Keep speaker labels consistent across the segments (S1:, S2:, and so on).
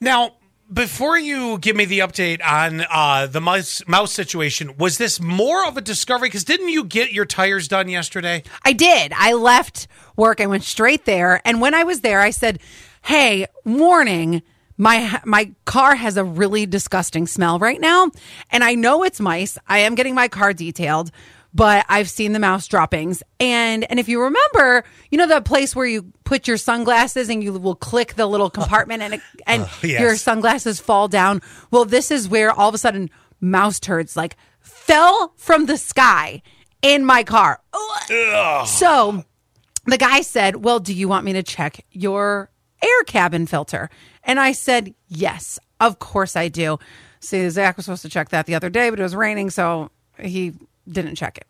S1: Now, before you give me the update on uh, the mouse, mouse situation, was this more of a discovery? Because didn't you get your tires done yesterday?
S2: I did. I left work and went straight there. And when I was there, I said, "Hey, warning." My my car has a really disgusting smell right now, and I know it's mice. I am getting my car detailed, but I've seen the mouse droppings. And and if you remember, you know that place where you put your sunglasses and you will click the little compartment and it, and
S1: yes.
S2: your sunglasses fall down. Well, this is where all of a sudden mouse turds like fell from the sky in my car. So the guy said, Well, do you want me to check your air cabin filter? And I said, Yes, of course I do. See, Zach was supposed to check that the other day, but it was raining, so he didn't check it.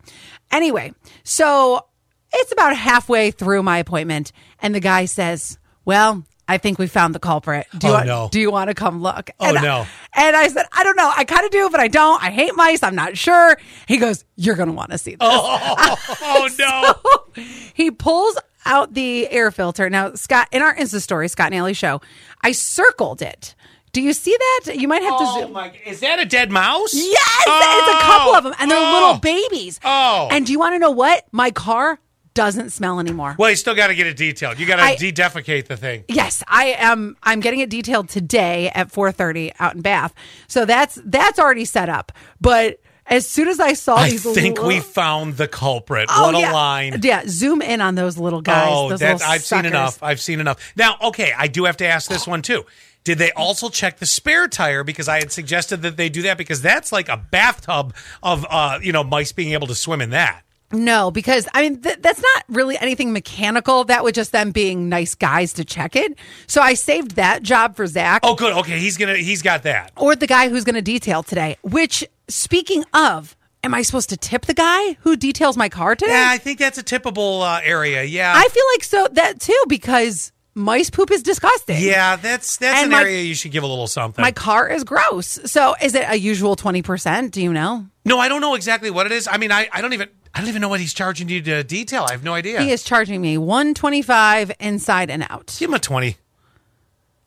S2: Anyway, so it's about halfway through my appointment, and the guy says, Well, I think we found the culprit. Do you
S1: Oh,
S2: want,
S1: no.
S2: Do you want to come look?
S1: Oh,
S2: and
S1: no.
S2: I, and I said, I don't know. I kind of do, but I don't. I hate mice. I'm not sure. He goes, You're going to want to see this.
S1: Oh, no.
S2: he pulls out the air filter. Now, Scott, in our Insta story, Scott Nally Show, I circled it. Do you see that? You might have to
S1: Oh,
S2: zoom.
S1: my. Is that a dead mouse?
S2: Yes, it's a couple of them, and they're
S1: Oh.
S2: little babies.
S1: Oh.
S2: and do you want to know what? My car doesn't smell anymore.
S1: Well, you still got to get it detailed. You got
S2: I-
S1: to de-defecate the thing.
S2: Yes, I am. I'm getting it detailed today at 4:30 out in Bath. So that's that's already set up. But as soon as I saw
S1: I
S2: these,
S1: think
S2: little-
S1: we found the culprit.
S2: Oh,
S1: what a
S2: yeah.
S1: line.
S2: Yeah, zoom in on those little guys.
S1: oh,
S2: those
S1: that's
S2: little
S1: I've seen
S2: suckers.
S1: enough. I've seen enough. Now, okay, I do have to ask this one too. Did they also check the spare tire because I had suggested that they do that because that's like a bathtub of uh, you know, mice being able to swim in that.
S2: No, because I mean th- that's not really anything mechanical. That would just them being nice guys to check it. So I saved that job for Zach
S1: Oh, good. Okay, he's gonna he's got that.
S2: or the guy who's going to detail today. Which, speaking of, am I supposed to tip the guy who details my car today?
S1: Yeah, I think that's a tippable uh, area. Yeah,
S2: I feel like so that too because mice poop is disgusting.
S1: yeah, that's that's an
S2: And my-
S1: area you should give a little something.
S2: My car is gross. So is it a usual 20%? Do you know?
S1: no, I don't know exactly what it is. I mean, I, I don't even I don't even know what he's charging you to detail. I have no idea.
S2: He is charging me 125 inside and out.
S1: Give him a twenty.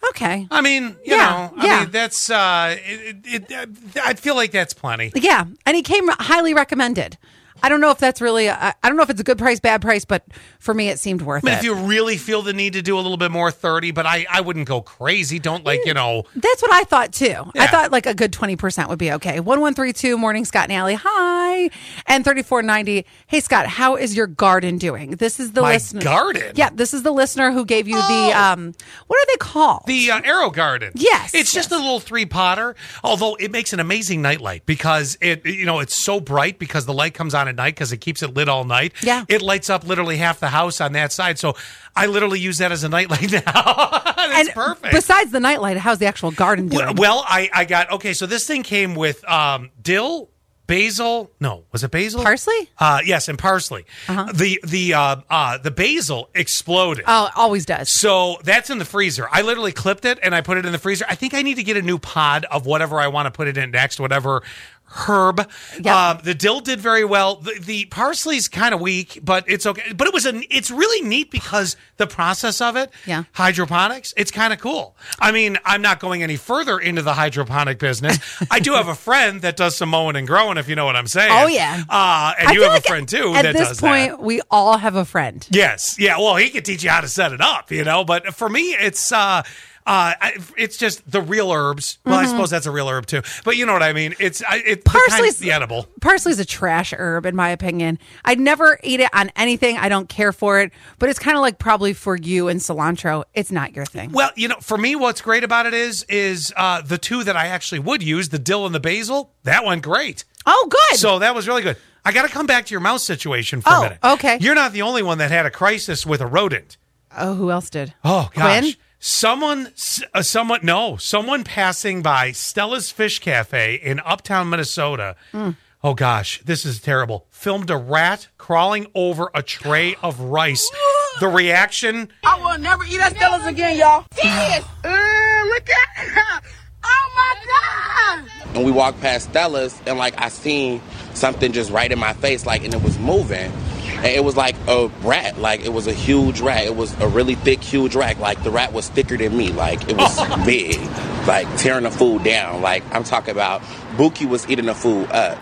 S2: Okay.
S1: I mean, you
S2: Yeah,
S1: know, I
S2: yeah.
S1: mean, that's, uh, it, it, it, I feel like that's plenty.
S2: Yeah, and he came highly recommended. I don't know if that's really. I I don't know if it's a good price, bad price, but for me, it seemed
S1: I
S2: worth
S1: mean,
S2: it.
S1: if you really feel the need to do a little bit more, 30, but I, I wouldn't go crazy. Don't like, you know,
S2: that's what I thought too. I
S1: Yeah.
S2: thought like a good twenty percent would be okay. One one three two morning Scott and Allie. Hi, and thirty four ninety. Hey Scott, how is your garden doing? This is the
S1: My
S2: listener.
S1: garden? Oh.
S2: Yeah, this is the listener who gave you the um. What are they called?
S1: the uh, Arrow Garden.
S2: Yes,
S1: It's just a little three potter, although it makes an amazing nightlight because it, you know, it's so bright because the light comes on at night because it keeps it lit all night.
S2: Yeah.
S1: It lights up literally half the house on that side. So I literally use that as a nightlight now. it's
S2: and
S1: perfect.
S2: Besides the nightlight, how's the actual garden doing?
S1: Well, well, I, I got okay. So this thing came with um, dill, basil. No, was it basil?
S2: Parsley? Uh-huh.
S1: Uh, yes, and parsley. The the uh, uh, the basil exploded.
S2: oh, it always does.
S1: so that's in the freezer. I literally clipped it and I put it in the freezer. I think I need to get a new pod of whatever I want to put it in next, whatever herb.
S2: Yep.
S1: Um, the dill did very well. The, the parsley's kind of weak, but it's okay. But it was an it's really neat because the process of it
S2: Yeah.
S1: hydroponics. It's kind of cool. I mean, I'm not going any further into the hydroponic business. I do have a friend that does some mowing and growing, if you know what I'm saying.
S2: Oh, yeah.
S1: Uh, and
S2: I
S1: you
S2: feel
S1: have
S2: like
S1: a friend too
S2: At
S1: that
S2: this
S1: does
S2: point,
S1: that.
S2: we all have a friend.
S1: Yes. Yeah. Well, he could teach you how to set it up, you know. But for me, it's uh, uh, I- it's just the real herbs. Well,
S2: Mm-hmm.
S1: I suppose that's a real herb too. But you know what I mean. It's I it the kind-
S2: Parsley's-
S1: the edible.
S2: Parsley's a trash herb, in my opinion. I'd never eat it on anything. I don't care for it, but it's kind of like probably for you and cilantro. It's not your thing.
S1: Well, you know, for me, what's great about it is is uh, the two that I actually would use, the dill and the basil. That went great.
S2: Oh, good.
S1: So that was really good. I got to come back to your mouse situation for
S2: Oh,
S1: a minute.
S2: okay.
S1: You're not the only one that had a crisis with a rodent.
S2: oh, who else did?
S1: Oh gosh.
S2: Quinn?
S1: Someone, s- uh, someone, no, someone passing by Stella's Fish Cafe in Uptown, Minnesota. Oh gosh, this is terrible. Filmed a rat crawling over a tray of rice. The reaction
S3: I will never eat at Stella's again, y'all. Yes. Uh, look at her. Oh my God.
S4: And we walked past Stella's, and like I seen something just right in my face, like, and it was moving. And it was like a rat, like it was a huge rat. It was a really thick, huge rat. Like the rat was thicker than me. Like it was big. like tearing the food down. Like I'm talking about Buki was eating the food up.